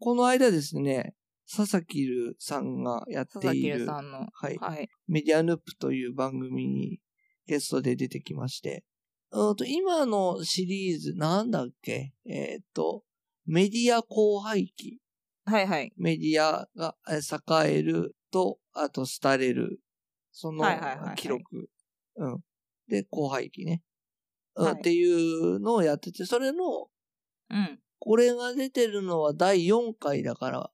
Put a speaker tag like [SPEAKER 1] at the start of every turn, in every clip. [SPEAKER 1] この間ですね、佐々木留さんがやっ
[SPEAKER 2] 佐
[SPEAKER 1] て
[SPEAKER 2] 々
[SPEAKER 1] い
[SPEAKER 2] 木
[SPEAKER 1] る、
[SPEAKER 2] さんの。
[SPEAKER 1] はい、
[SPEAKER 2] はい。
[SPEAKER 1] メディアヌープという番組にゲストで出てきまして、うんと今のシリーズ、なんだっけえーっと、メディア荒廃期、
[SPEAKER 2] はいはい。
[SPEAKER 1] メディアがえー栄えると、あと廃れる、その
[SPEAKER 2] はいはいはいはい
[SPEAKER 1] 記録、うん、で、荒廃期ね、うん
[SPEAKER 2] はい
[SPEAKER 1] っていうのをやってて、それの、
[SPEAKER 2] うん。
[SPEAKER 1] これが出てるのは第4回だから、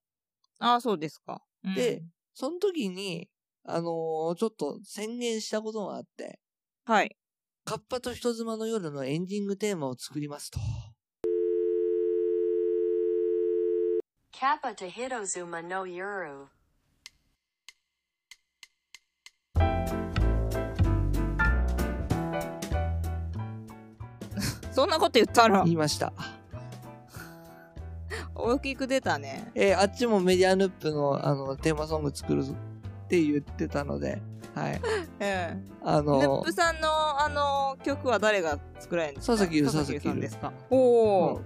[SPEAKER 2] ああ、そうですか。うん
[SPEAKER 1] で、その時に、あのーちょっと宣言したことがあって、
[SPEAKER 2] はい。
[SPEAKER 1] カッパと人妻の夜のエンディングテーマを作りますと。
[SPEAKER 3] Kappa to Hitozuma no Yuru.
[SPEAKER 2] そんなこと言ったら
[SPEAKER 1] 言、いました。
[SPEAKER 2] 大きく出たね。
[SPEAKER 1] えーあっちもメディアヌップのあのテーマソング作るって言ってたので、はい。
[SPEAKER 2] ええ。
[SPEAKER 1] あ
[SPEAKER 2] ヌ
[SPEAKER 1] の
[SPEAKER 2] ップさんの、あの、曲は誰が作られるんですか
[SPEAKER 1] 佐々木留
[SPEAKER 2] 木さんですか。おお。
[SPEAKER 1] うん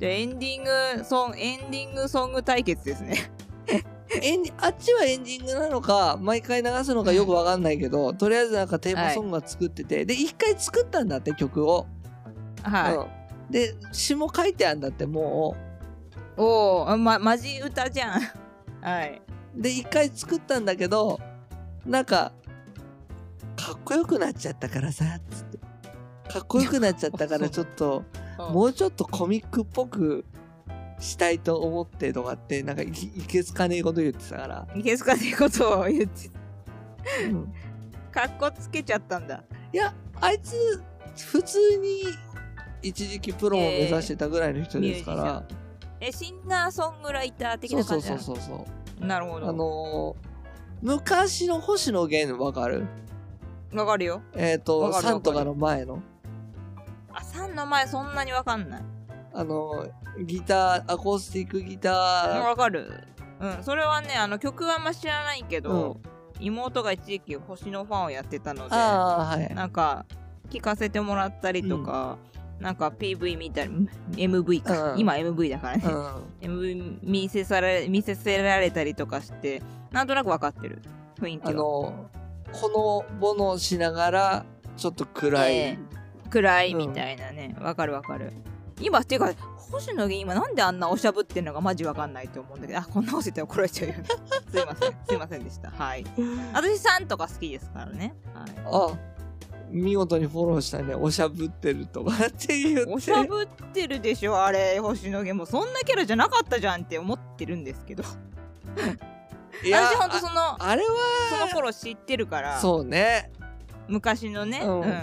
[SPEAKER 2] じゃあエンディングソング、エンディングソング対決ですね。
[SPEAKER 1] エンディあっちはエンディングなのか、毎回流すのかよくわかんないけど、とりあえずなんかテーマソングは作ってて、で、一回作ったんだって曲を。
[SPEAKER 2] はい。
[SPEAKER 1] うんで、詞も書いてあるんだってもう。
[SPEAKER 2] おお、ま、マジ歌じゃん。 はい。
[SPEAKER 1] で一回作ったんだけどなんかかっこよくなっちゃったからさつってかっこよくなっちゃったからち
[SPEAKER 2] そ
[SPEAKER 1] ょっともうちょっとコミックっぽくしたいと思ってとかってなんかいいけつかねえこと言ってたから、
[SPEAKER 2] いけすかねことを言って、
[SPEAKER 1] うん
[SPEAKER 2] かっこつけちゃったんだ。
[SPEAKER 1] あいつ普通に一時期プロを目指してたぐらいの人ですから、
[SPEAKER 2] え、シンガーソングライター的な
[SPEAKER 1] そ
[SPEAKER 2] 感
[SPEAKER 1] う
[SPEAKER 2] じな
[SPEAKER 1] そう
[SPEAKER 2] の
[SPEAKER 1] そうそう
[SPEAKER 2] なるほ
[SPEAKER 1] あ
[SPEAKER 2] ど。
[SPEAKER 1] のー昔の星野源わかる
[SPEAKER 2] わかるよ。
[SPEAKER 1] えっ、
[SPEAKER 2] わ
[SPEAKER 1] と
[SPEAKER 2] かるわかる
[SPEAKER 1] サンとかの前の
[SPEAKER 2] あ、さんの前そんなにわかんない。
[SPEAKER 1] あの、ギター、アコースティックギタ
[SPEAKER 2] わかる。うん、それはね、あの曲はあんま知らないけど、妹が一時期星のファンをやってたの
[SPEAKER 1] ー。
[SPEAKER 2] で、
[SPEAKER 1] ああ、はい。
[SPEAKER 2] なんか聞かせてもらったりとか、なんか PV 見たり、ん MV か、
[SPEAKER 1] うん
[SPEAKER 2] 今 MV だからね。
[SPEAKER 1] う
[SPEAKER 2] MV 見せされ見せせられたりとかしてなんとなく分かってる雰囲
[SPEAKER 1] ん。あ
[SPEAKER 2] 気が
[SPEAKER 1] の、ほのぼのしながら、ちょっと暗い。
[SPEAKER 2] え暗い
[SPEAKER 1] うん
[SPEAKER 2] みたいなね分かる分かる今っていうか星野源今なんであんなおしゃぶってんのがマジ分かんないと思うんだけどあこんなおしったら怒られちゃうよね すいませんすいませんでしたはい私さんとか好きですからね、はい、
[SPEAKER 1] あ、見事にフォローしたね。おしゃぶってるとかって言って。
[SPEAKER 2] おしゃぶってるでしょあれ星野源もうそんなキャラじゃなかったじゃんって思ってるんですけど
[SPEAKER 1] いや
[SPEAKER 2] 私ほんと
[SPEAKER 1] あ
[SPEAKER 2] その
[SPEAKER 1] あれ
[SPEAKER 2] その
[SPEAKER 1] は、
[SPEAKER 2] 頃知ってるから
[SPEAKER 1] そうね。
[SPEAKER 2] 昔のね、
[SPEAKER 1] う
[SPEAKER 2] うんん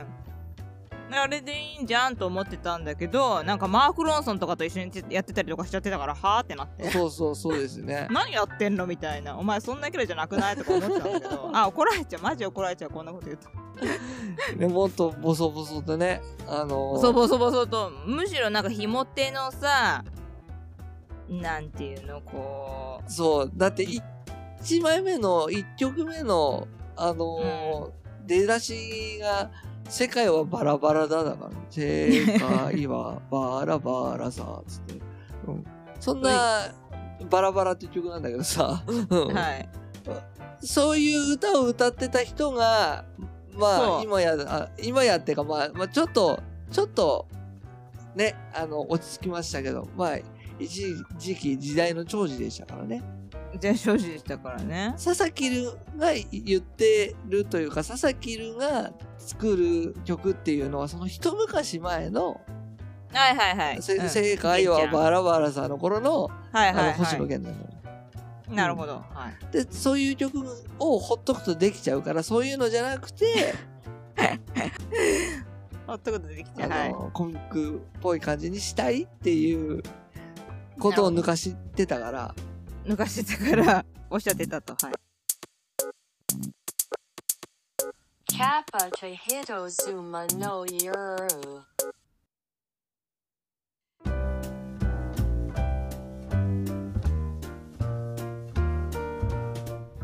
[SPEAKER 2] あれでいいんじゃんと思ってたんだけどなんかマーク・ロンソンとかと一緒にやってたりとかしちゃってたからはあってなって。
[SPEAKER 1] そうそうそうですね
[SPEAKER 2] 何やってんのみたいなお前そんなキャラじゃなくないとか思ってたんだけ どあ怒られちゃうマジ怒られちゃうこんなこと言うと
[SPEAKER 1] ねもっとボソボソとね。あのー
[SPEAKER 2] そうぼそうぼそうとむしろなんかひも手のさなんていうのこ
[SPEAKER 1] そう。だって、い一枚目の、一曲目の、あのー出だしが、世界はバラバラだだから、世界 はバラバラさ、つって。うん、そんな、バラバラって曲なんだけどさ、うん
[SPEAKER 2] うはい
[SPEAKER 1] そういう歌を歌ってた人が、ま
[SPEAKER 2] そ
[SPEAKER 1] あ、
[SPEAKER 2] う
[SPEAKER 1] 今や、あ今やってか、まあ、まあ、ちょっと、ちょっと、ね、あの、落ち着きましたけど、まあ、一時期時代の長寿でしたからね。
[SPEAKER 2] 全正直でしたからね
[SPEAKER 1] 佐々木留が言ってるというか佐々木留が作る曲っていうのはその一昔前の
[SPEAKER 2] はいはいは
[SPEAKER 1] 「
[SPEAKER 2] い
[SPEAKER 1] せ
[SPEAKER 2] うん
[SPEAKER 1] 世界はバラバラ」さんの頃の
[SPEAKER 2] はい
[SPEAKER 1] あ
[SPEAKER 2] はい
[SPEAKER 1] の星野
[SPEAKER 2] は
[SPEAKER 1] 源なのよ
[SPEAKER 2] いなるほどはい
[SPEAKER 1] でそういう曲をほっとくとできちゃうからそういうのじゃなくて
[SPEAKER 2] ほっとくことできちゃ
[SPEAKER 1] あ
[SPEAKER 2] う はい
[SPEAKER 1] のコミックっぽい感じにしたいっていうことを抜かしてたから
[SPEAKER 2] 抜かしてたから おっしゃってたとはい
[SPEAKER 3] Kappa to Hitozuma no Yuru.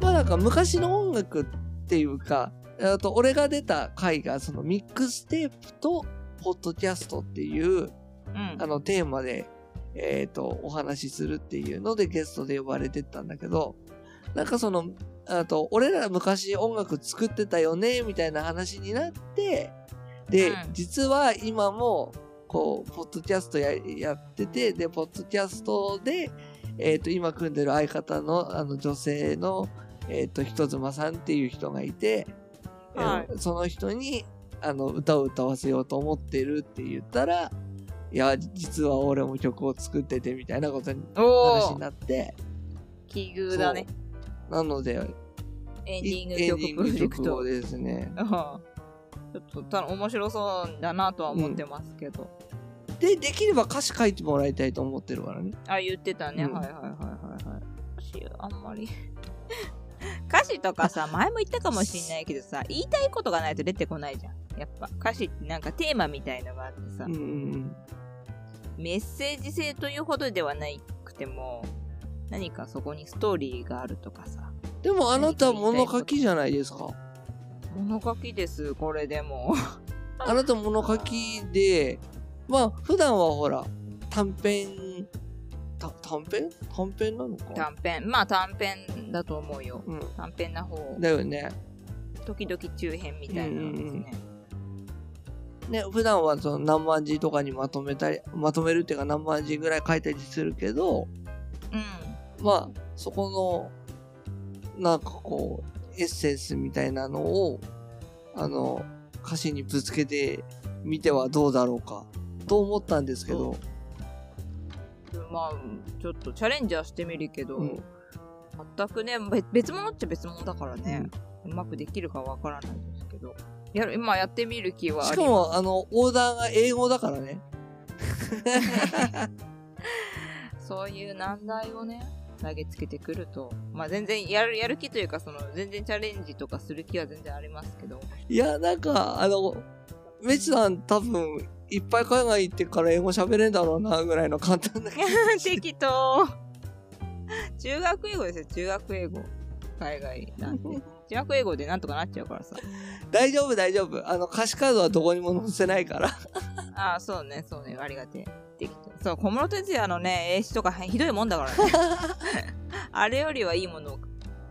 [SPEAKER 1] まあなんか昔の音楽っていうか、あと俺が出た回がそのミックステープとポッドキャストっていう
[SPEAKER 2] うん
[SPEAKER 1] あのテーマでえっ、と、お話しするっていうのでゲストで呼ばれてったんだけど、なんかその、あと、俺ら昔音楽作ってたよね、みたいな話になって、で、
[SPEAKER 2] うん
[SPEAKER 1] 実は今も、こう、ポッドキャストややってて、で、ポッドキャストで、えっ、と、今組んでる相方の、あの、女性の、えっ、と、ひとつまさんっていう人がいて、えー
[SPEAKER 2] はい
[SPEAKER 1] その人に、あの、歌を歌わせようと思ってるって言ったら、いや、実は俺も曲を作っててみたいなことに話
[SPEAKER 2] お
[SPEAKER 1] に
[SPEAKER 2] お
[SPEAKER 1] なって、
[SPEAKER 2] 奇遇だね
[SPEAKER 1] なので、
[SPEAKER 2] エンディン
[SPEAKER 1] い
[SPEAKER 2] グ
[SPEAKER 1] エンディン
[SPEAKER 2] 曲プロ
[SPEAKER 1] グ
[SPEAKER 2] ジェク
[SPEAKER 1] 曲
[SPEAKER 2] ト
[SPEAKER 1] をですね。
[SPEAKER 2] うんちょっとたの面白そうだなとは思ってますけど、
[SPEAKER 1] で、できれば歌詞書いてもらいたいと思ってるからね。
[SPEAKER 2] あ言ってたね、
[SPEAKER 1] うん
[SPEAKER 2] はいはいはいはいはい歌詞あんまり 歌詞とかさ前も言ったかもしんないけどさ言いたいことがないと出てこないじゃんやっぱ歌詞ってなんかテーマみたいのがあってさ、
[SPEAKER 1] うんうん
[SPEAKER 2] メッセージ性というほどではなくても何かそこにストーリーがあるとかさ
[SPEAKER 1] うん。でもあなた物書きじゃないですか。
[SPEAKER 2] 物書きですこれでも
[SPEAKER 1] あなた物書きで、まあ普段はほら、短編、た短編短編なのか。
[SPEAKER 2] 短編まあ短編だと思うよ
[SPEAKER 1] う
[SPEAKER 2] 短編な方
[SPEAKER 1] ん。だよね。
[SPEAKER 2] 時々中編みたいなのですね、
[SPEAKER 1] ね、普段はその何万字とかにまとめたり、まとめるっていうか何万字ぐらい書いたりするけど、
[SPEAKER 2] うん
[SPEAKER 1] まあ、そこの、なんかこう、エッセンスみたいなのを、あの、歌詞にぶつけてみてはどうだろうか、と思ったんですけど、
[SPEAKER 2] まあちょっとチャレンジはしてみるけど、
[SPEAKER 1] うん
[SPEAKER 2] 全くねべ別物っちゃ別物だからね、うまくできるかわからないですけどやる今やってみる気はあ
[SPEAKER 1] し
[SPEAKER 2] り
[SPEAKER 1] かも、あの、オーダーが英語だからね。
[SPEAKER 2] そういう難題をね投げつけてくるとまあ全然やるやる気というかその全然チャレンジとかする気は全然ありま すけど
[SPEAKER 1] いや、なんか、あの、メチさん多分、いっぱい海外行ってから英語喋れんだろうな、ぐらいの簡単な。
[SPEAKER 2] 適当中学英語ですよ中学英語海外なんて中学英語でなんとかなっちゃうからさ
[SPEAKER 1] 大丈夫、大丈夫。あの、歌詞カードはどこにも載せないから。
[SPEAKER 2] ああそうねそうねありがてえ適当そう小室哲哉のね英詞とかへひどいもんだ からねあれよりはいいものを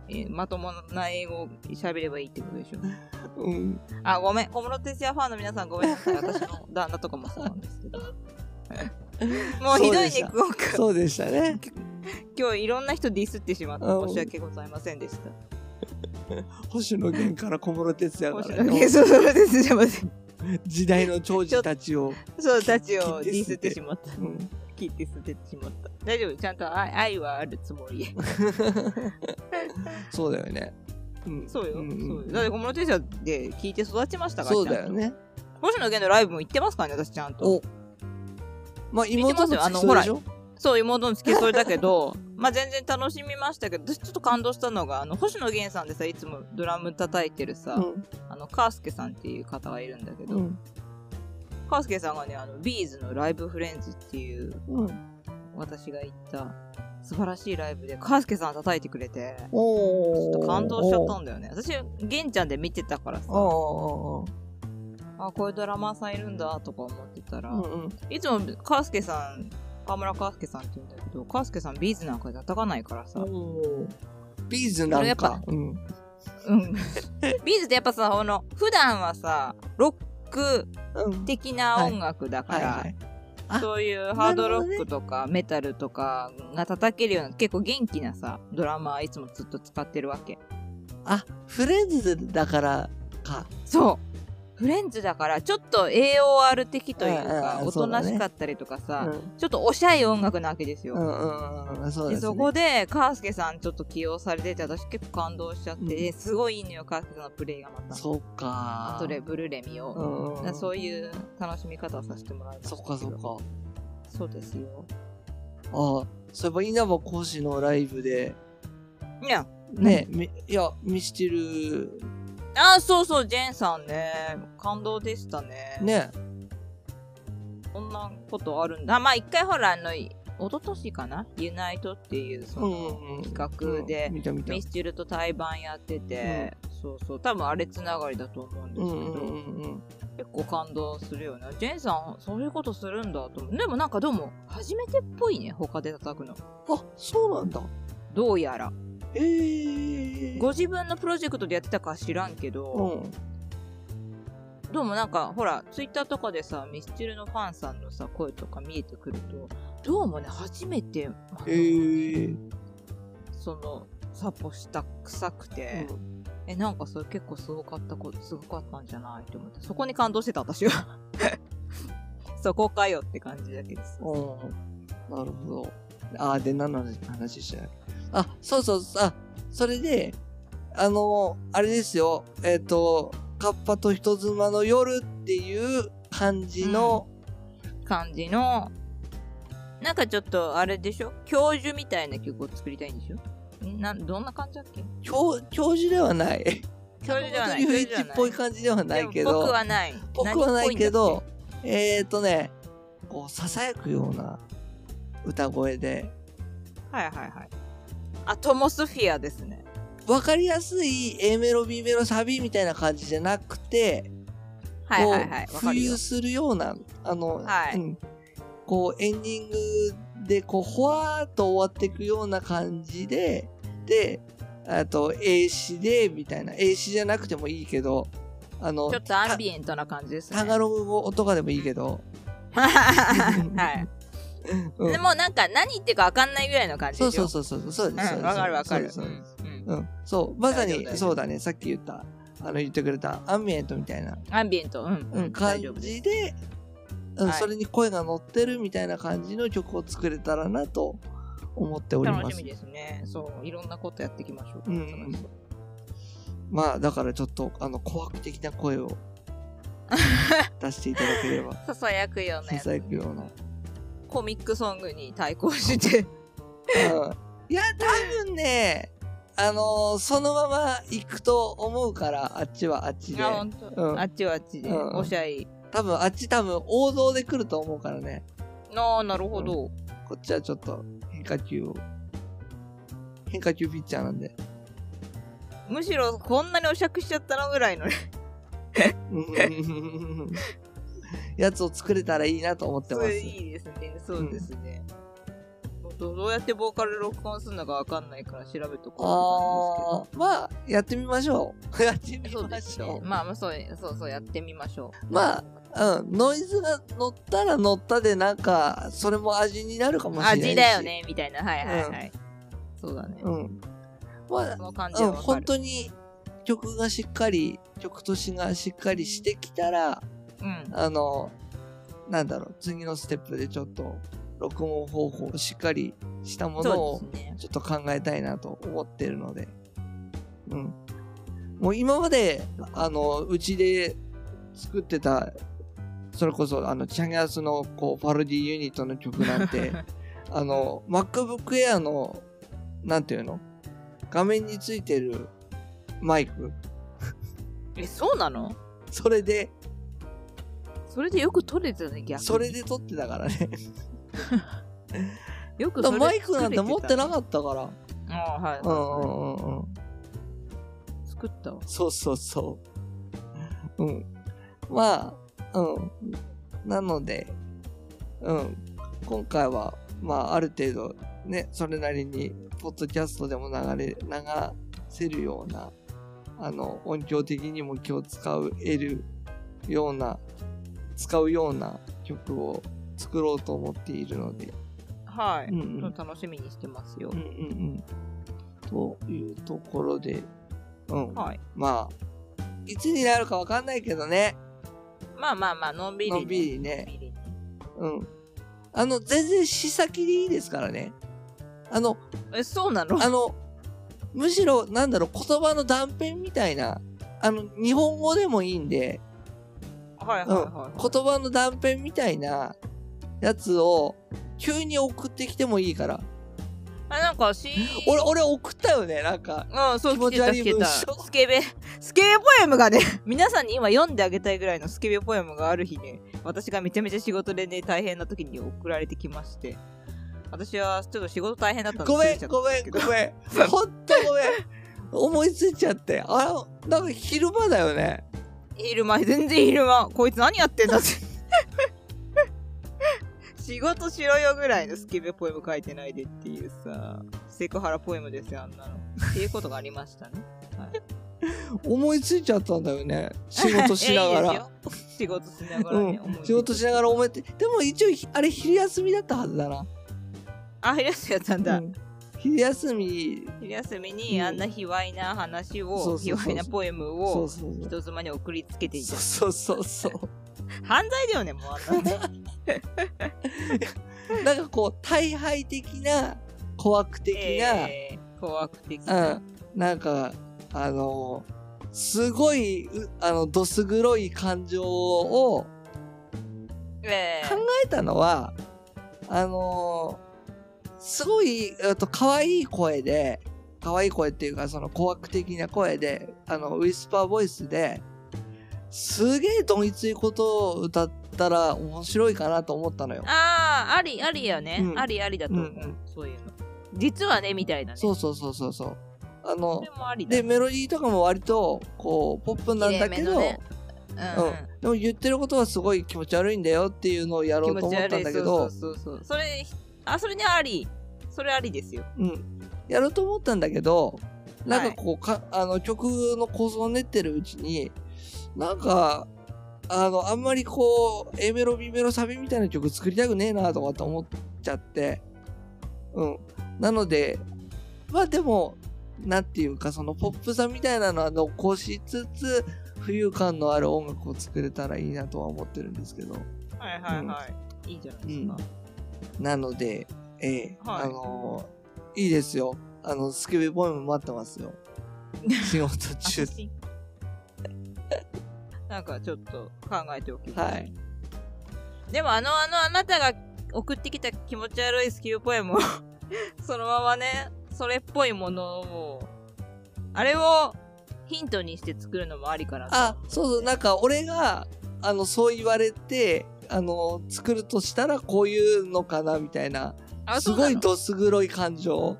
[SPEAKER 2] えーまともな英語を喋ればいいってことでしょ
[SPEAKER 1] うん。
[SPEAKER 2] あ、ごめん。小室哲哉ファンの皆さんごめんなさい。私の旦那とかもそうなんです けど。もうひどいね、クオ君。
[SPEAKER 1] そうでしたね。
[SPEAKER 2] 今日いろんな人ディスってしまって
[SPEAKER 1] うん
[SPEAKER 2] 申し訳ございませんでした。
[SPEAKER 1] 星野源から小室哲哉
[SPEAKER 2] 申
[SPEAKER 1] か
[SPEAKER 2] し
[SPEAKER 1] ら
[SPEAKER 2] 訳
[SPEAKER 1] の
[SPEAKER 2] そうそうです。すいません
[SPEAKER 1] 時代の長寿た ちを、
[SPEAKER 2] そう、たちを
[SPEAKER 1] 切
[SPEAKER 2] デ
[SPEAKER 1] って捨て
[SPEAKER 2] ィスっててしまった。
[SPEAKER 1] うん、
[SPEAKER 2] 切って捨ててしまった。大丈夫。ちゃんと愛愛はあるつもり。
[SPEAKER 1] そうだよね。うん
[SPEAKER 2] そうよ。そ
[SPEAKER 1] ん
[SPEAKER 2] うよ。だって小室哲哉で聞いて育ちましたから
[SPEAKER 1] そうだよ。
[SPEAKER 2] ちゃん
[SPEAKER 1] ね。
[SPEAKER 2] と星野源のライブも行ってますからね、私ちゃんと。
[SPEAKER 1] おまあ、妹の
[SPEAKER 2] 見てますよあの
[SPEAKER 1] 付き添いでしょ
[SPEAKER 2] そう、妹の付き添いだけど、 まあ全然楽しみましたけど、私ちょっと感動したのが、あの、星野源さんでさ、いつもドラム叩いてるさ、あの、カースケさんっていう方がいるんだけ
[SPEAKER 1] う
[SPEAKER 2] ど、
[SPEAKER 1] ん。
[SPEAKER 2] カースケさんがね、あの、ビーズのライブフレンズっていう、
[SPEAKER 1] うん。うん。
[SPEAKER 2] 私が行った素晴らしいライブで、カースケさん叩いてくれて、ちょ
[SPEAKER 1] お
[SPEAKER 2] っと感動しちゃった
[SPEAKER 1] ん
[SPEAKER 2] んだよね。私、玄ちゃんで見てたからさ、
[SPEAKER 1] ああ
[SPEAKER 2] あ、こういうドラマーさんいるんだとか思ってたら、
[SPEAKER 1] ああ。うんうん。
[SPEAKER 2] いつもカースケさん、河村カースケさんって言うんだけど、カースケさんビーズなんかで叩かないからさ、
[SPEAKER 1] おービーズなんか。うん。
[SPEAKER 2] うん、ビーズってやっぱさあの普段はさロック
[SPEAKER 1] うん。
[SPEAKER 2] 的な音楽だか
[SPEAKER 1] はい
[SPEAKER 2] ら、
[SPEAKER 1] はい。あ
[SPEAKER 2] そういう
[SPEAKER 1] なる
[SPEAKER 2] ハー
[SPEAKER 1] ほ
[SPEAKER 2] ドロ
[SPEAKER 1] どね
[SPEAKER 2] ックとかメタルとかが叩けるような結構元気なさドラマーいつもずっと使ってるわけ
[SPEAKER 1] あ、フレンズだからか。
[SPEAKER 2] そうフレンズだからちょっと AOR 的という
[SPEAKER 1] うん
[SPEAKER 2] か
[SPEAKER 1] うんうん
[SPEAKER 2] お
[SPEAKER 1] そ
[SPEAKER 2] と
[SPEAKER 1] うだ
[SPEAKER 2] な
[SPEAKER 1] ね
[SPEAKER 2] しかったりとか
[SPEAKER 1] う
[SPEAKER 2] さ、
[SPEAKER 1] ん。
[SPEAKER 2] ちょっとおしゃい音楽なわけですよ、
[SPEAKER 1] うんうんうん。そう
[SPEAKER 2] で
[SPEAKER 1] ですね。
[SPEAKER 2] そこで、カースケさんちょっと起用されてて、私結構感動しちゃって、
[SPEAKER 1] うん
[SPEAKER 2] すごいいいのよ、カースケさんのプレイがまた。
[SPEAKER 1] そうか。
[SPEAKER 2] あとでブルーレミを
[SPEAKER 1] うんうん。
[SPEAKER 2] そういう楽しみ方をさせてもらいました
[SPEAKER 1] そっかそっか。
[SPEAKER 2] そうですよ
[SPEAKER 1] ああ、そういえば稲葉講師のライブで、
[SPEAKER 2] いや
[SPEAKER 1] ね、みいや、ミスチル、
[SPEAKER 2] あそうそうジェーンさんね感動でしたね
[SPEAKER 1] ね、
[SPEAKER 2] こんなことあるんだあまあ一回ほらあのい一昨年かなユナイトっていうその
[SPEAKER 1] うんうんうん
[SPEAKER 2] 企画で
[SPEAKER 1] うん見た見た
[SPEAKER 2] ミ。スチルと対バンやってて、そうそう多分あれつながりだと思うんで
[SPEAKER 1] うん
[SPEAKER 2] す
[SPEAKER 1] う
[SPEAKER 2] けど、
[SPEAKER 1] んうんうん。
[SPEAKER 2] 結構感動するよねジェンさんそういうことするんだと思うでもなんかどうも初めてっぽいね他で叩くの
[SPEAKER 1] あ、そうなんだ。
[SPEAKER 2] どうやら
[SPEAKER 1] ええ。
[SPEAKER 2] ご自分のプロジェクトでやってたか知らんけ
[SPEAKER 1] う
[SPEAKER 2] ど、
[SPEAKER 1] ん。
[SPEAKER 2] どうもなんかほらツイッターとかでさミスチルのファンさんのさ声とか見えてくるとどうもね初めて、あの
[SPEAKER 1] ええ。
[SPEAKER 2] そのサポした臭くて、えなんかそれ結構すごかったこすごかったんじゃないと思ってそこに感動してた私は そこかよって感じだけです
[SPEAKER 1] うん。なるほど。あー、で、何の話話してないあ、そうそう、あ、それで、あの、あれですよ、えっ、と、カッパと人妻の夜っていう感じの、
[SPEAKER 2] 感じのなんかちょっとあれでしょ教授みたいな曲を作りたいんでしょんなんどんな感じだっけ
[SPEAKER 1] 教教授ではない。
[SPEAKER 2] 教授ではな
[SPEAKER 1] 本当に
[SPEAKER 2] い教授では
[SPEAKER 1] 不一
[SPEAKER 2] な
[SPEAKER 1] 致
[SPEAKER 2] い
[SPEAKER 1] っぽい感じではないけ
[SPEAKER 2] でも僕
[SPEAKER 1] ど、
[SPEAKER 2] はない
[SPEAKER 1] 僕はないけ
[SPEAKER 2] 何っぽ
[SPEAKER 1] ど
[SPEAKER 2] いんだっ、
[SPEAKER 1] えっ、とね、こう、囁くような歌声で、
[SPEAKER 2] けはいはいはいアトモスフィアですね
[SPEAKER 1] わかりやすい A メロ、B メロ、サビみたいな感じじゃなくて、
[SPEAKER 2] はいはいはい
[SPEAKER 1] こ
[SPEAKER 2] わ
[SPEAKER 1] う浮
[SPEAKER 2] かるよ
[SPEAKER 1] 遊するようなあの、
[SPEAKER 2] はい
[SPEAKER 1] うんこうエンディングでこうほわーっと終わっていくような感じでであと A 詞でみたいな A 詞じゃなくてもいいけどあの
[SPEAKER 2] ちょっとアンビエントな感じですね
[SPEAKER 1] タガログ語とかでもいいけど、
[SPEAKER 2] はい。
[SPEAKER 1] うん
[SPEAKER 2] でもなんか何言ってるか分かんないぐらいの感 じ
[SPEAKER 1] そ
[SPEAKER 2] で
[SPEAKER 1] う
[SPEAKER 2] し
[SPEAKER 1] そう
[SPEAKER 2] ょ
[SPEAKER 1] そうそうそう
[SPEAKER 2] う
[SPEAKER 1] ですそうです
[SPEAKER 2] ん、分かる分かる。
[SPEAKER 1] そうです
[SPEAKER 2] うん
[SPEAKER 1] うん、そうまさ
[SPEAKER 2] 大
[SPEAKER 1] に
[SPEAKER 2] 丈夫大丈夫
[SPEAKER 1] そうだねさっき言ったあの言ってくれたアンビエントみたいな
[SPEAKER 2] アンビエント、うん、
[SPEAKER 1] う
[SPEAKER 2] うんん、
[SPEAKER 1] 感
[SPEAKER 2] 大丈夫です。
[SPEAKER 1] じで、うん
[SPEAKER 2] はい
[SPEAKER 1] それに声が乗ってるみたいな感じの曲を作れたらなと思っておりま
[SPEAKER 2] 楽
[SPEAKER 1] す
[SPEAKER 2] しみ。ですね。そう、いろんなことやっていきましょう。
[SPEAKER 1] うんうんまあだからちょっとあの怖く的な声を出していただけ れば
[SPEAKER 2] ささやくような
[SPEAKER 1] さ
[SPEAKER 2] や
[SPEAKER 1] さ
[SPEAKER 2] つ
[SPEAKER 1] やくような。
[SPEAKER 2] コミックソングに対抗 して。
[SPEAKER 1] うんいや多分ねあのーそのまま行くと思うからあっちはあっちで
[SPEAKER 2] あ、ほんと。
[SPEAKER 1] うん
[SPEAKER 2] あっちはあっちで、
[SPEAKER 1] うん
[SPEAKER 2] おしゃい。
[SPEAKER 1] 多分あっち多分王道で来ると思うからね
[SPEAKER 2] ああ、なるほど。
[SPEAKER 1] こっちはちょっと変化球を変化球ピッチャーなんで。
[SPEAKER 2] むしろこんなにおしゃくしちゃったのぐらいのね。
[SPEAKER 1] うんやつを作れたらいいなと思ってま
[SPEAKER 2] そ
[SPEAKER 1] す。
[SPEAKER 2] れいいですね。そうですね。どどうやってボーカル録音するのかわかんないから調べとこうって感じですけど
[SPEAKER 1] ああ、まあ、やってみましょう。 やってみ
[SPEAKER 2] そう
[SPEAKER 1] ま
[SPEAKER 2] で
[SPEAKER 1] し
[SPEAKER 2] す
[SPEAKER 1] ょ
[SPEAKER 2] ね。
[SPEAKER 1] う。
[SPEAKER 2] まあまあそうそうそうやってみましょう。
[SPEAKER 1] まあ、うん、ノイズが乗ったら乗ったで、なんか、それも味になるかもしれないし。
[SPEAKER 2] 味だよ。ねみたいなはいはいはい。そうだね。
[SPEAKER 1] うん。まあ
[SPEAKER 2] そ、の感じ
[SPEAKER 1] うん、
[SPEAKER 2] はわか
[SPEAKER 1] 本
[SPEAKER 2] る。
[SPEAKER 1] 当に曲がしっかり、曲と詞がしっかりしてきたら、
[SPEAKER 2] うん。
[SPEAKER 1] あの、なんだろう、次のステップでちょっと、録音方法をしっかりしたものを
[SPEAKER 2] そうですね。
[SPEAKER 1] ちょっと考えたいなと思ってるので、うん。もう今まで、あの、うちで作ってた、それこそ、あの、チャンアスの、こう、パロディユニットの曲なん て、あの、MacBook Air の、なんていうの画面についてるマイク。
[SPEAKER 2] えそうなの？
[SPEAKER 1] それで、
[SPEAKER 2] それでよく撮れてたね逆に。
[SPEAKER 1] それで撮ってたからね。
[SPEAKER 2] よく
[SPEAKER 1] だ
[SPEAKER 2] そ
[SPEAKER 1] か
[SPEAKER 2] れ
[SPEAKER 1] らマイクなんて持ってな
[SPEAKER 2] っ
[SPEAKER 1] かったから。
[SPEAKER 2] た。ああはい。
[SPEAKER 1] うんうんうんうん。
[SPEAKER 2] 作ったわ。
[SPEAKER 1] そうそうそう。うん。まあ、うん。なので、うん。今回は、まあ、ある程度、ね、それなりに、ポッドキャストでも流れ、流せるような、あの、音響的にも気を使う、得るような、使うような曲を作ろうと思っているので、
[SPEAKER 2] はい。
[SPEAKER 1] うんうん
[SPEAKER 2] ちょっと楽しみにしてますよ
[SPEAKER 1] うん。うんうん。というところで、うん。
[SPEAKER 2] はい。
[SPEAKER 1] まあ、いつになるかわかんないけどね。
[SPEAKER 2] まあまあまあのんびりね
[SPEAKER 1] のんびりね
[SPEAKER 2] のんびりね
[SPEAKER 1] うん。あの、全然詩先でいいですからね。あの、
[SPEAKER 2] えそうなの？
[SPEAKER 1] あの、むしろ、なんだろう、言葉の断片みたいな、あの、日本語でもいいんで、
[SPEAKER 2] はいはい
[SPEAKER 1] うん、
[SPEAKER 2] はい。
[SPEAKER 1] 言葉の断片みたいなやつを、急に送ってきてもいいから。
[SPEAKER 2] あなんかし。
[SPEAKER 1] 俺、俺送ったよね、なんか。
[SPEAKER 2] うん、そう、
[SPEAKER 1] 気持
[SPEAKER 2] 来
[SPEAKER 1] ち
[SPEAKER 2] てた、
[SPEAKER 1] 悪い
[SPEAKER 2] 来てた。
[SPEAKER 1] 文章
[SPEAKER 2] スケベ、スケベポエムがね、皆さんに今読んであげたいぐらいのスケベポエムがある日ね、私がめちゃめちゃ仕事でね、大変な時に送られてきまして、私はちょっと仕事大変だったの
[SPEAKER 1] ご
[SPEAKER 2] で
[SPEAKER 1] め
[SPEAKER 2] 忘れ
[SPEAKER 1] ん、
[SPEAKER 2] ちゃった
[SPEAKER 1] ごめ
[SPEAKER 2] です
[SPEAKER 1] ん、
[SPEAKER 2] け
[SPEAKER 1] ご
[SPEAKER 2] ど
[SPEAKER 1] めん。ほんとごめん。思いついちゃって。あなんか昼間だよね。
[SPEAKER 2] 昼間全然昼間こいつ何やってんだって仕事しろよぐらいのスケベポエム書いてないでっていうさセクハラポエムですよあんなのっていうことがありましたね
[SPEAKER 1] 思いついちゃったんだよね。仕事しなが
[SPEAKER 2] いや
[SPEAKER 1] ら。
[SPEAKER 2] いいですよ仕事しながら
[SPEAKER 1] う
[SPEAKER 2] ね、思いつ
[SPEAKER 1] ん。
[SPEAKER 2] つ
[SPEAKER 1] 仕事しながら思えて。でも一応、あれ昼休みだったはずだな。
[SPEAKER 2] あ昼休みやったんだ、
[SPEAKER 1] うん昼休み、
[SPEAKER 2] 昼休みにあんな卑猥な話を、
[SPEAKER 1] そうそうそう
[SPEAKER 2] 卑猥なポエム
[SPEAKER 1] そ
[SPEAKER 2] を
[SPEAKER 1] うそうそう。
[SPEAKER 2] 人妻に送りつけていた
[SPEAKER 1] そうそうそうそ
[SPEAKER 2] 犯罪だよねもうあんなね
[SPEAKER 1] う。なんかこう、大敗的な、怖く的な、
[SPEAKER 2] えー怖くて
[SPEAKER 1] うん。なんか、あの、すごい、うあの、どす黒い感情を考
[SPEAKER 2] えー
[SPEAKER 1] えたのは、あのすごい、えっと、可愛い声で、可愛い声っていうか、その、怖く的な声で、あの、ウィスパーボイスで、すげえどんいついことを歌ったら面白いかなと思ったのよ。
[SPEAKER 2] ああありありよね、
[SPEAKER 1] うん
[SPEAKER 2] ありありだと思う、
[SPEAKER 1] うんうん
[SPEAKER 2] そういうの実はねみたいなね
[SPEAKER 1] そううそうそうそうそう。あの
[SPEAKER 2] で、もありだ
[SPEAKER 1] で、メロディーとかも割と、こう、ポップなんだけ
[SPEAKER 2] 綺麗めの
[SPEAKER 1] ど、
[SPEAKER 2] ねうんうん
[SPEAKER 1] うんでも言ってることはすごい気持ち悪いんだよっていうのをやろうと思ったんだけ
[SPEAKER 2] そ
[SPEAKER 1] ど
[SPEAKER 2] う、そうそうそうそれあそれねありそれありですよ
[SPEAKER 1] うん。やろうと思ったんだけど、なんかこう、かあの曲の構想を練ってるうちに、なんか、あの、あんまりこう、A メロ、B メロ、サビみたいな曲作りたくねえなとかって思っちゃって、うん。なので、まあでも、なんていうか、そのポップさみたいなのは残しつつ、浮遊感のある音楽を作れたらいいなとは思ってるんですけど。
[SPEAKER 2] はい
[SPEAKER 1] はい
[SPEAKER 2] はい、いいじゃないですか、
[SPEAKER 1] なので、ええ
[SPEAKER 2] はい
[SPEAKER 1] あのーいいですよ。あの、スケベポエム待ってます よ。仕事
[SPEAKER 2] あ
[SPEAKER 1] 中。
[SPEAKER 2] 写真 なんかちょっと考えておきます、
[SPEAKER 1] はい。
[SPEAKER 2] でもあのあのあなたが送ってきた気持ち悪いスキルポエムを そのままねそれっぽいものをあれをヒントにして作るのもありから
[SPEAKER 1] あ、そうそう、なんか俺が、あの、そう言われて、あの、作るとしたらこういうのかな、みたいな。
[SPEAKER 2] あ
[SPEAKER 1] す
[SPEAKER 2] そう
[SPEAKER 1] ご
[SPEAKER 2] なの
[SPEAKER 1] いどす黒い感情。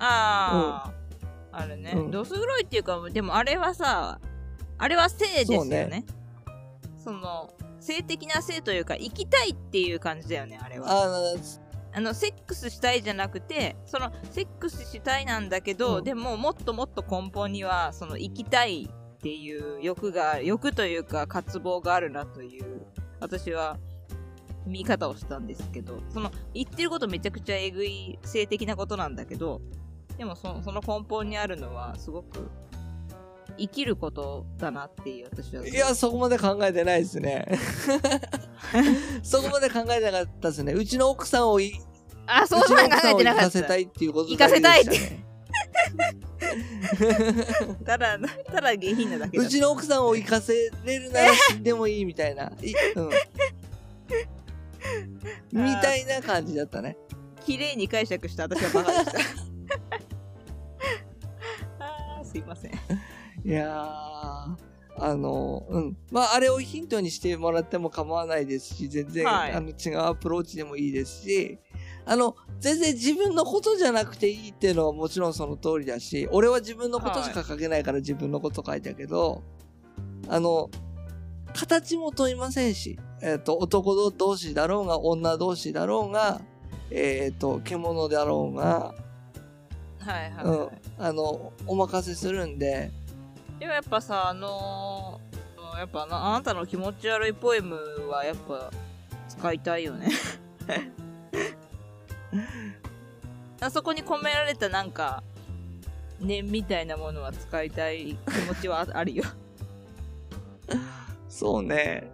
[SPEAKER 2] ああ、あれね、
[SPEAKER 1] うん
[SPEAKER 2] ドス黒いっていうかでもあれはさあれは性ですよね
[SPEAKER 1] そう
[SPEAKER 2] そ
[SPEAKER 1] ね
[SPEAKER 2] の性的な性というか生きたいっていう感じだよねあれはあ
[SPEAKER 1] あ
[SPEAKER 2] のセックスしたいじゃなくてそのセックスしたいなんだけど、
[SPEAKER 1] うん
[SPEAKER 2] でももっともっと根本にはその生きたいっていう欲が欲というか渇望があるなという私は見方をしたんですけどその言ってることめちゃくちゃえぐい性的なことなんだけどでもそその根本にあるのはすごく生きることだなっていう私は
[SPEAKER 1] のいや、そこまで考えてないです ね。そこまで考えなかったですね。うちの奥さんをい、
[SPEAKER 2] あそう
[SPEAKER 1] うち
[SPEAKER 2] な
[SPEAKER 1] の
[SPEAKER 2] ん考
[SPEAKER 1] 奥さん
[SPEAKER 2] え
[SPEAKER 1] を行
[SPEAKER 2] てなか
[SPEAKER 1] か
[SPEAKER 2] っ
[SPEAKER 1] せ
[SPEAKER 2] た
[SPEAKER 1] たいっていうこと
[SPEAKER 2] 行かせたいって
[SPEAKER 1] だけでしたね
[SPEAKER 2] ただただ下品なだけだ
[SPEAKER 1] うちの奥さんを行かせれるなら死んでもいいみたいな。い うん、みたいな感じだったね。
[SPEAKER 2] 綺麗に解釈した私はバカでしたあーすいません
[SPEAKER 1] いやー、あの、うん。まあ、あれをヒントにしてもらっても構わないですし、全然、
[SPEAKER 2] はい
[SPEAKER 1] あの違うアプローチでもいいですし、あの、全然自分のことじゃなくていいっていうのはもちろんその通りだし、俺は自分のことしか書けないから自分のこと書いたけど、あの、形も問いませんし、えっ、と、男同士だろうが、女同士だろうが、えっ、と、獣だろうが、
[SPEAKER 2] はいはい、
[SPEAKER 1] うん
[SPEAKER 2] はい、
[SPEAKER 1] あの、お任せするんで、
[SPEAKER 2] でもやっぱさあのーやっぱあのあなたの気持ち悪いポエムはやっぱ使いたいよ ねあそこに込められたなんか念みたいなものは使いたい気持ちはああるよ
[SPEAKER 1] そうね。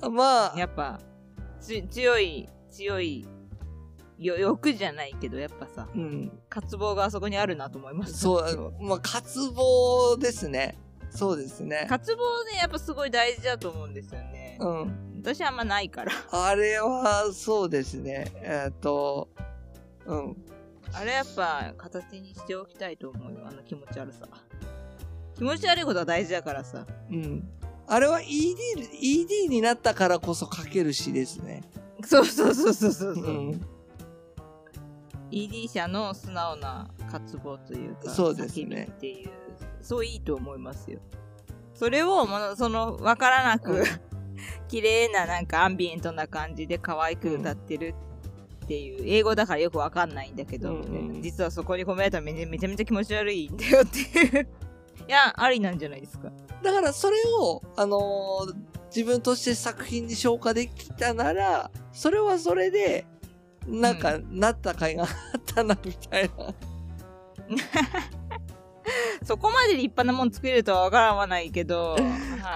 [SPEAKER 1] まあ、
[SPEAKER 2] やっぱつ強い強いよ欲じゃないけどやっぱさ
[SPEAKER 1] うん。
[SPEAKER 2] 渇望があそこにあるなと思います
[SPEAKER 1] そう、あ のまあ、渇望ですね。そうですね。
[SPEAKER 2] 渇望ねやっぱすごい大事だと思うんですよね、
[SPEAKER 1] うん。
[SPEAKER 2] 私あんまないから
[SPEAKER 1] あれは、そうですね。えっ、と、うん。
[SPEAKER 2] あれやっぱ形にしておきたいと思うよ、あの気持ち悪さ。気持ち悪いことは大事だからさ。
[SPEAKER 1] うん。あれは ED、ED になったからこそ書ける詩ですね。
[SPEAKER 2] そうそうそうそうそうう。
[SPEAKER 1] ん。
[SPEAKER 2] ED 社の素直な渇望というか
[SPEAKER 1] そうですね
[SPEAKER 2] 叫びっていうそういいと思いますよそれをものその分からな
[SPEAKER 1] う
[SPEAKER 2] く 綺麗ななんかアンビエントな感じで可愛く歌ってるっていう英語だからよく分かんないんだけど、
[SPEAKER 1] うんうん
[SPEAKER 2] 実はそこに込められためちゃめちゃめちゃ気持ち悪いんだよっていう いやありなんじゃないですか
[SPEAKER 1] だからそれを、あのー自分として作品に消化できたなら、それはそれで、なんか、なった甲斐があったな、みたいな。
[SPEAKER 2] そこまで立派なもん作れるとは分からない けど、はい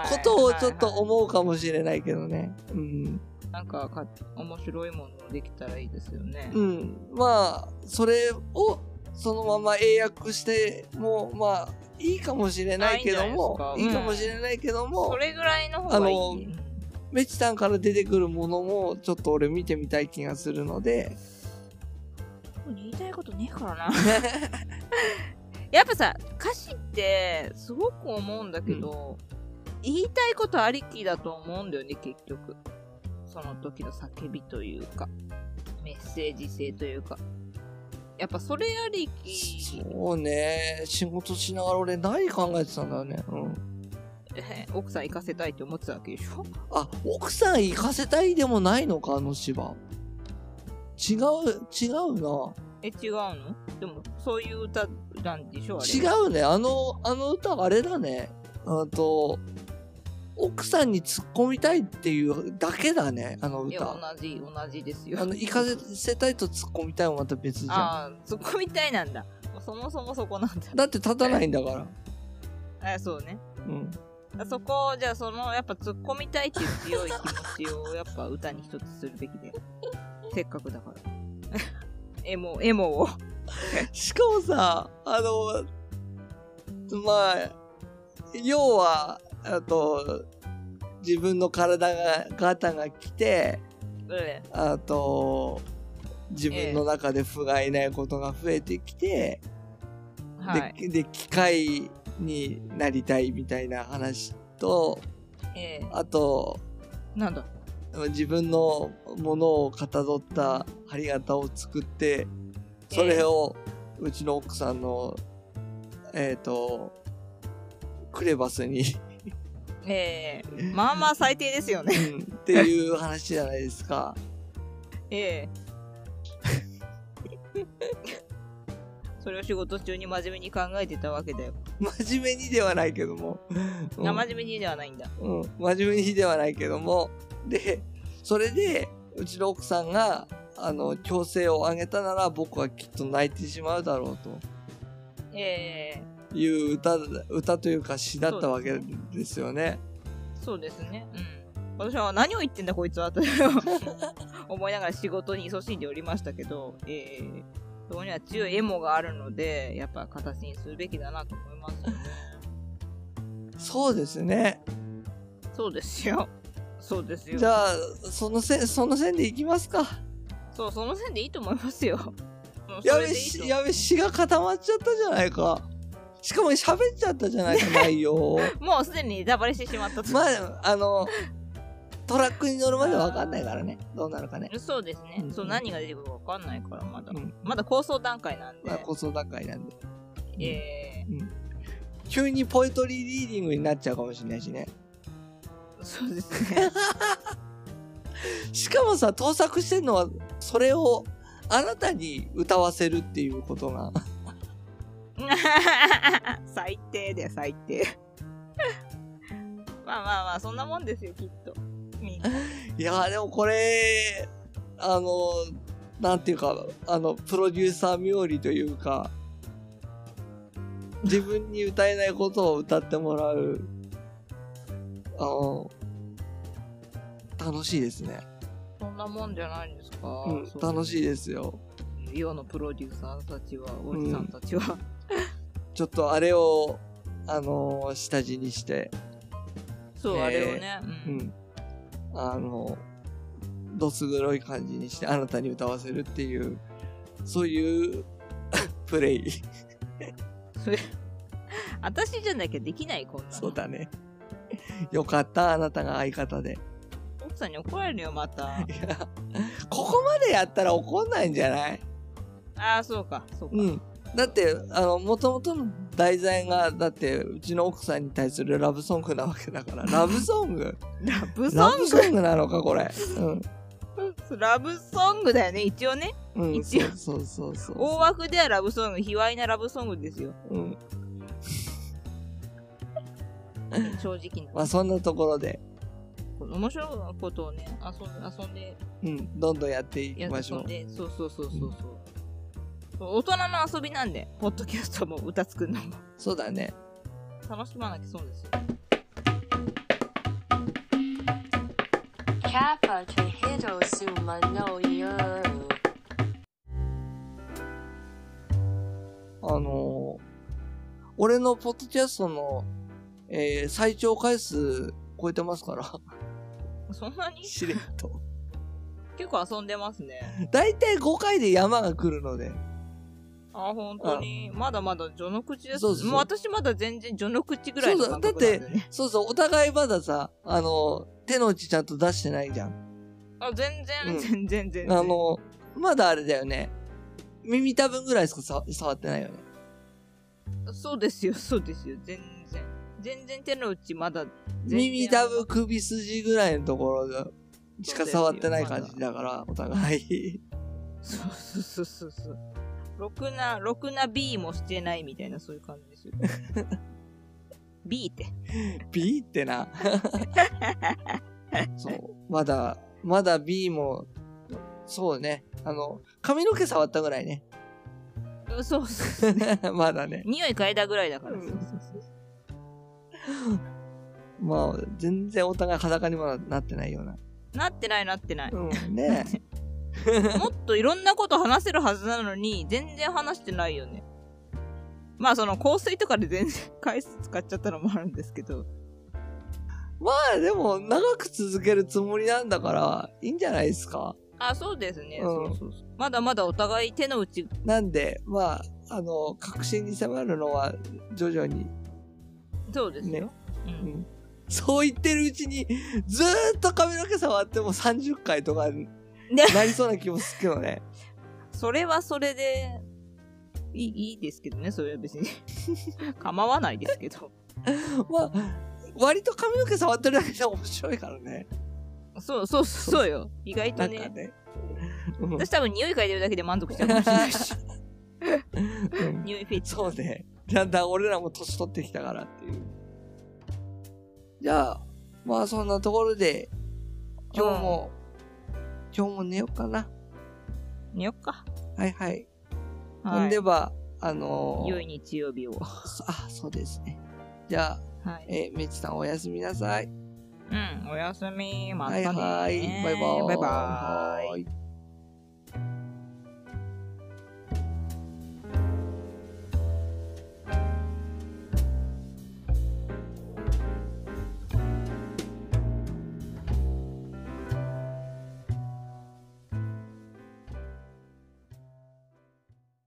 [SPEAKER 1] ことをちょっと
[SPEAKER 2] はいはい
[SPEAKER 1] 思うかもしれないけどね。うん。
[SPEAKER 2] なんかか面白いものできたらいいですよね、
[SPEAKER 1] うん。まあ、それをそのまま英訳しても、まあ、いいかもしれないけども
[SPEAKER 2] あ、い
[SPEAKER 1] い
[SPEAKER 2] いん
[SPEAKER 1] い
[SPEAKER 2] じゃ
[SPEAKER 1] か
[SPEAKER 2] ない
[SPEAKER 1] も
[SPEAKER 2] ですか
[SPEAKER 1] しれないけども
[SPEAKER 2] そ、れぐらいの方がいい、
[SPEAKER 1] あの
[SPEAKER 2] うん
[SPEAKER 1] メチタンから出てくるものも、ちょっと俺見てみたい気がするので、
[SPEAKER 2] 言いたいことねえからな やっぱさ歌詞ってすごく思うんだけど、言いたいことありきだと思うんだよね結局その時の叫びというかメッセージ性というかやっぱそれありき
[SPEAKER 1] そうね、仕事しながら俺何考えてたんだよね。うん。
[SPEAKER 2] え奥さん行かせたいって思ってたわけでしょ
[SPEAKER 1] あ、奥さん行かせたいでもないのか、あの芝。違う、違うな。
[SPEAKER 2] え違うのでもそういう歌なんでしょあれ
[SPEAKER 1] 違うね。あの、あの歌あれだね。あと、奥さんに突っ込みたいっていうだけだね、あの
[SPEAKER 2] いや
[SPEAKER 1] 歌。
[SPEAKER 2] 同じ同じですよ
[SPEAKER 1] あの、行かせたいと突っ込みたいもまた別じゃん。
[SPEAKER 2] ああそこみたいなんだそもそもそこなんだ
[SPEAKER 1] だって立たないんだから。
[SPEAKER 2] あそうね
[SPEAKER 1] うん。
[SPEAKER 2] そこをじゃあそのやっぱ突っ込みたいっていう強い気持ちをやっぱ歌に一つするべ きでせっかくだから エモエモを
[SPEAKER 1] しかもさ、あの、まあ、要は、あと、自分の体が、ガタが来て、
[SPEAKER 2] え
[SPEAKER 1] あと、自分の中で不甲斐ないことが増えてきて、
[SPEAKER 2] えはい
[SPEAKER 1] で、で、機械になりたいみたいな話と、
[SPEAKER 2] ええ
[SPEAKER 1] あと、
[SPEAKER 2] なんだ
[SPEAKER 1] 自分のものをかたどった針型を作ってそれをうちの奥さんのえっ、とクレバス に
[SPEAKER 2] ええまあまあ最低ですよ ね
[SPEAKER 1] うんっていう話じゃないですか
[SPEAKER 2] ええ それを仕事中に真面目に考えてたわけだよ
[SPEAKER 1] 真面目にではないけども、うん
[SPEAKER 2] あ真面目にではないんだ。
[SPEAKER 1] うん、真面目にではないけどもでそれでうちの奥さんがあの強制を上げたなら僕はきっと泣いてしまうだろうと
[SPEAKER 2] ええ
[SPEAKER 1] いう歌歌というか詩だったわけですよね。
[SPEAKER 2] そうですね。うん。私は何を言ってんだこいつはと 思いながら仕事に勤しんでおりましたけど、ええそこには強いエモがあるので、やっぱ形にするべきだなと思いますよね。
[SPEAKER 1] そうですね。
[SPEAKER 2] そうですよ。そうですよ。
[SPEAKER 1] じゃあ、その線、その線でいきますか。
[SPEAKER 2] そう、その線でいいと思いますよ。もう
[SPEAKER 1] や
[SPEAKER 2] それ
[SPEAKER 1] べ、
[SPEAKER 2] でいいと
[SPEAKER 1] しやべ、詩が固まっちゃったじゃないか。しかも喋っちゃったじゃない か、内容を。
[SPEAKER 2] もうすでにネタバレしてしまったと。
[SPEAKER 1] まあ、あの、トラックに乗るまでわかんないからね。どうなるかね。
[SPEAKER 2] そうですね。
[SPEAKER 1] うん
[SPEAKER 2] そう、何が出てくるか分かんないから、まだ
[SPEAKER 1] う。ん。
[SPEAKER 2] まだ構想段階なんで。
[SPEAKER 1] まあ、構想段階なんで。
[SPEAKER 2] ええ
[SPEAKER 1] 急にポエトリーリーディングになっちゃうかもしれないしね。
[SPEAKER 2] そうですね。
[SPEAKER 1] しかもさ、盗作してるのは、それを、あなたに歌わせるっていうことが。
[SPEAKER 2] 最低だよ、最低。 まあまあまあ、そんなもんですよ、きっと。みんない
[SPEAKER 1] やーでもこれ、あの、なんていうか、あの、プロデューサー冥利というか、自分に歌えないことを歌ってもらう、あの、楽しいですね。
[SPEAKER 2] そんなもんじゃないんですか。
[SPEAKER 1] うん
[SPEAKER 2] そ、う
[SPEAKER 1] 楽しいですよ。
[SPEAKER 2] 世のプロデューサーたちは、おじさんたちは。
[SPEAKER 1] ちょっとあれを、あの下地にして、
[SPEAKER 2] そう、
[SPEAKER 1] ねえ
[SPEAKER 2] あれをね。う
[SPEAKER 1] うんん。あの、どす黒い感じにして、あなたに歌わせるっていう、そういう プレイ。
[SPEAKER 2] それ私じゃなきゃできない、こんなの
[SPEAKER 1] そうだね。よかった、あなたが相方で。
[SPEAKER 2] 奥さんに怒られるよ、また。
[SPEAKER 1] ここまでやったら怒んないんじゃない
[SPEAKER 2] ああ、そうか、そうか。
[SPEAKER 1] うん。だって、あの、もともとの題材が、だって、うちの奥さんに対するラブソングなわけだから、ラブソング
[SPEAKER 2] ラブ
[SPEAKER 1] ラ
[SPEAKER 2] ソン
[SPEAKER 1] ブソングなのか、これ。うん。
[SPEAKER 2] グラブソングだよね、一応ね。
[SPEAKER 1] うん、
[SPEAKER 2] 一
[SPEAKER 1] そ
[SPEAKER 2] 応
[SPEAKER 1] うそうそうそう。
[SPEAKER 2] 大枠ではラブソング、卑猥なラブソングですよ。
[SPEAKER 1] うん。
[SPEAKER 2] 正直
[SPEAKER 1] ま
[SPEAKER 2] な。
[SPEAKER 1] あ、そんなところで、
[SPEAKER 2] 面白いことをね、遊んで、遊んで、
[SPEAKER 1] うん、どんどんやっていき
[SPEAKER 2] や
[SPEAKER 1] まし
[SPEAKER 2] 遊
[SPEAKER 1] ょ
[SPEAKER 2] ん
[SPEAKER 1] う。
[SPEAKER 2] で、そうそうそうそうそう。大人の遊びなんで、ポッドキャストも歌作るのも
[SPEAKER 1] そうだね。
[SPEAKER 2] 楽しまなきゃそうですよ。
[SPEAKER 3] Kappa to Hirozuma no Yoru.
[SPEAKER 1] あのー俺のポッドキャストの、えー最長回数超えてますから、
[SPEAKER 2] そんなに
[SPEAKER 1] しれっ と。
[SPEAKER 2] 結構遊んでますね。
[SPEAKER 1] だいたい5回で山が来るので、
[SPEAKER 2] あ、本当に。まだまだ序の口です。
[SPEAKER 1] そうそうそう
[SPEAKER 2] もう私まだ全然序の口ぐらいの感覚なんでね。
[SPEAKER 1] そうそう、お互いまださ、あのー手の内ちゃんと出してないじゃん。
[SPEAKER 2] あ、全
[SPEAKER 1] う
[SPEAKER 2] 然、
[SPEAKER 1] ん
[SPEAKER 2] 全然、全
[SPEAKER 1] あ
[SPEAKER 2] 然。
[SPEAKER 1] のーまだあれだよね。耳たぶんぐらいしかさ触ってないよね。
[SPEAKER 2] そうですよ、そうですよ、全然。全然手の内まだ。全然
[SPEAKER 1] 耳たぶ、首筋ぐらいのところがしか触ってない感じだから、お互い。
[SPEAKER 2] そうそうそうそうそう。ろくな、ろくな B もしてないみたいな、そういう感 じですよ。B って。
[SPEAKER 1] B って な。そう。まだ、まだ B も、そうね。あの、髪の毛触ったぐらいね。
[SPEAKER 2] うんそうそう。
[SPEAKER 1] まだね。
[SPEAKER 2] 匂い嗅いだぐらいだから。
[SPEAKER 1] うん
[SPEAKER 2] そうそうそう
[SPEAKER 1] まあ、全然お互い裸にもなってないような。
[SPEAKER 2] なってないなってない。
[SPEAKER 1] うん、ね え
[SPEAKER 2] もっといろんなこと話せるはずなのに、全然話してないよね。まあその香水とかで全然回数使っちゃったのもあるんですけど。
[SPEAKER 1] まあ、でも、長く続けるつもりなんだから、いいんじゃないですか。
[SPEAKER 2] あ、そうですね。
[SPEAKER 1] うん
[SPEAKER 2] そうそうそうまだまだお互い手の内
[SPEAKER 1] なんで、まあ、あの、確信に迫るのは、徐々に。
[SPEAKER 2] そうですよ。
[SPEAKER 1] ね
[SPEAKER 2] う、
[SPEAKER 1] うんん。そう言ってるうちに、ずーっと髪の毛触っても30回と か、なりそうな気もするけどね。
[SPEAKER 2] それはそれでいいいいですけどね、それ は別に。構わないですけど。
[SPEAKER 1] まあ、割と髪の毛触ってるだけで面白いからね。
[SPEAKER 2] そうそうそうそうよ。意外
[SPEAKER 1] な
[SPEAKER 2] と
[SPEAKER 1] んか
[SPEAKER 2] ね。
[SPEAKER 1] ね。うん
[SPEAKER 2] 私多分匂い嗅いでるだけで満足しちゃうかもしれ ないし。
[SPEAKER 1] うん
[SPEAKER 2] 匂いフェチ。
[SPEAKER 1] そうね。だんだん俺らも年取ってきたからっていう。じゃあ、まあそんなところで、今日も、今日も寝ようかな。
[SPEAKER 2] 寝よっか。
[SPEAKER 1] はいはい。
[SPEAKER 2] は
[SPEAKER 1] ほんで
[SPEAKER 2] い。
[SPEAKER 1] ば、あのー
[SPEAKER 2] 良い日曜日を。は
[SPEAKER 1] あ、そうですね。じゃあ、
[SPEAKER 2] い。
[SPEAKER 1] えー、めちさんおやすみなさい。
[SPEAKER 2] うん、おやすみ。ま
[SPEAKER 1] はい
[SPEAKER 2] たね
[SPEAKER 1] はい。バイバーイ。
[SPEAKER 2] バイバーイ。
[SPEAKER 1] イ。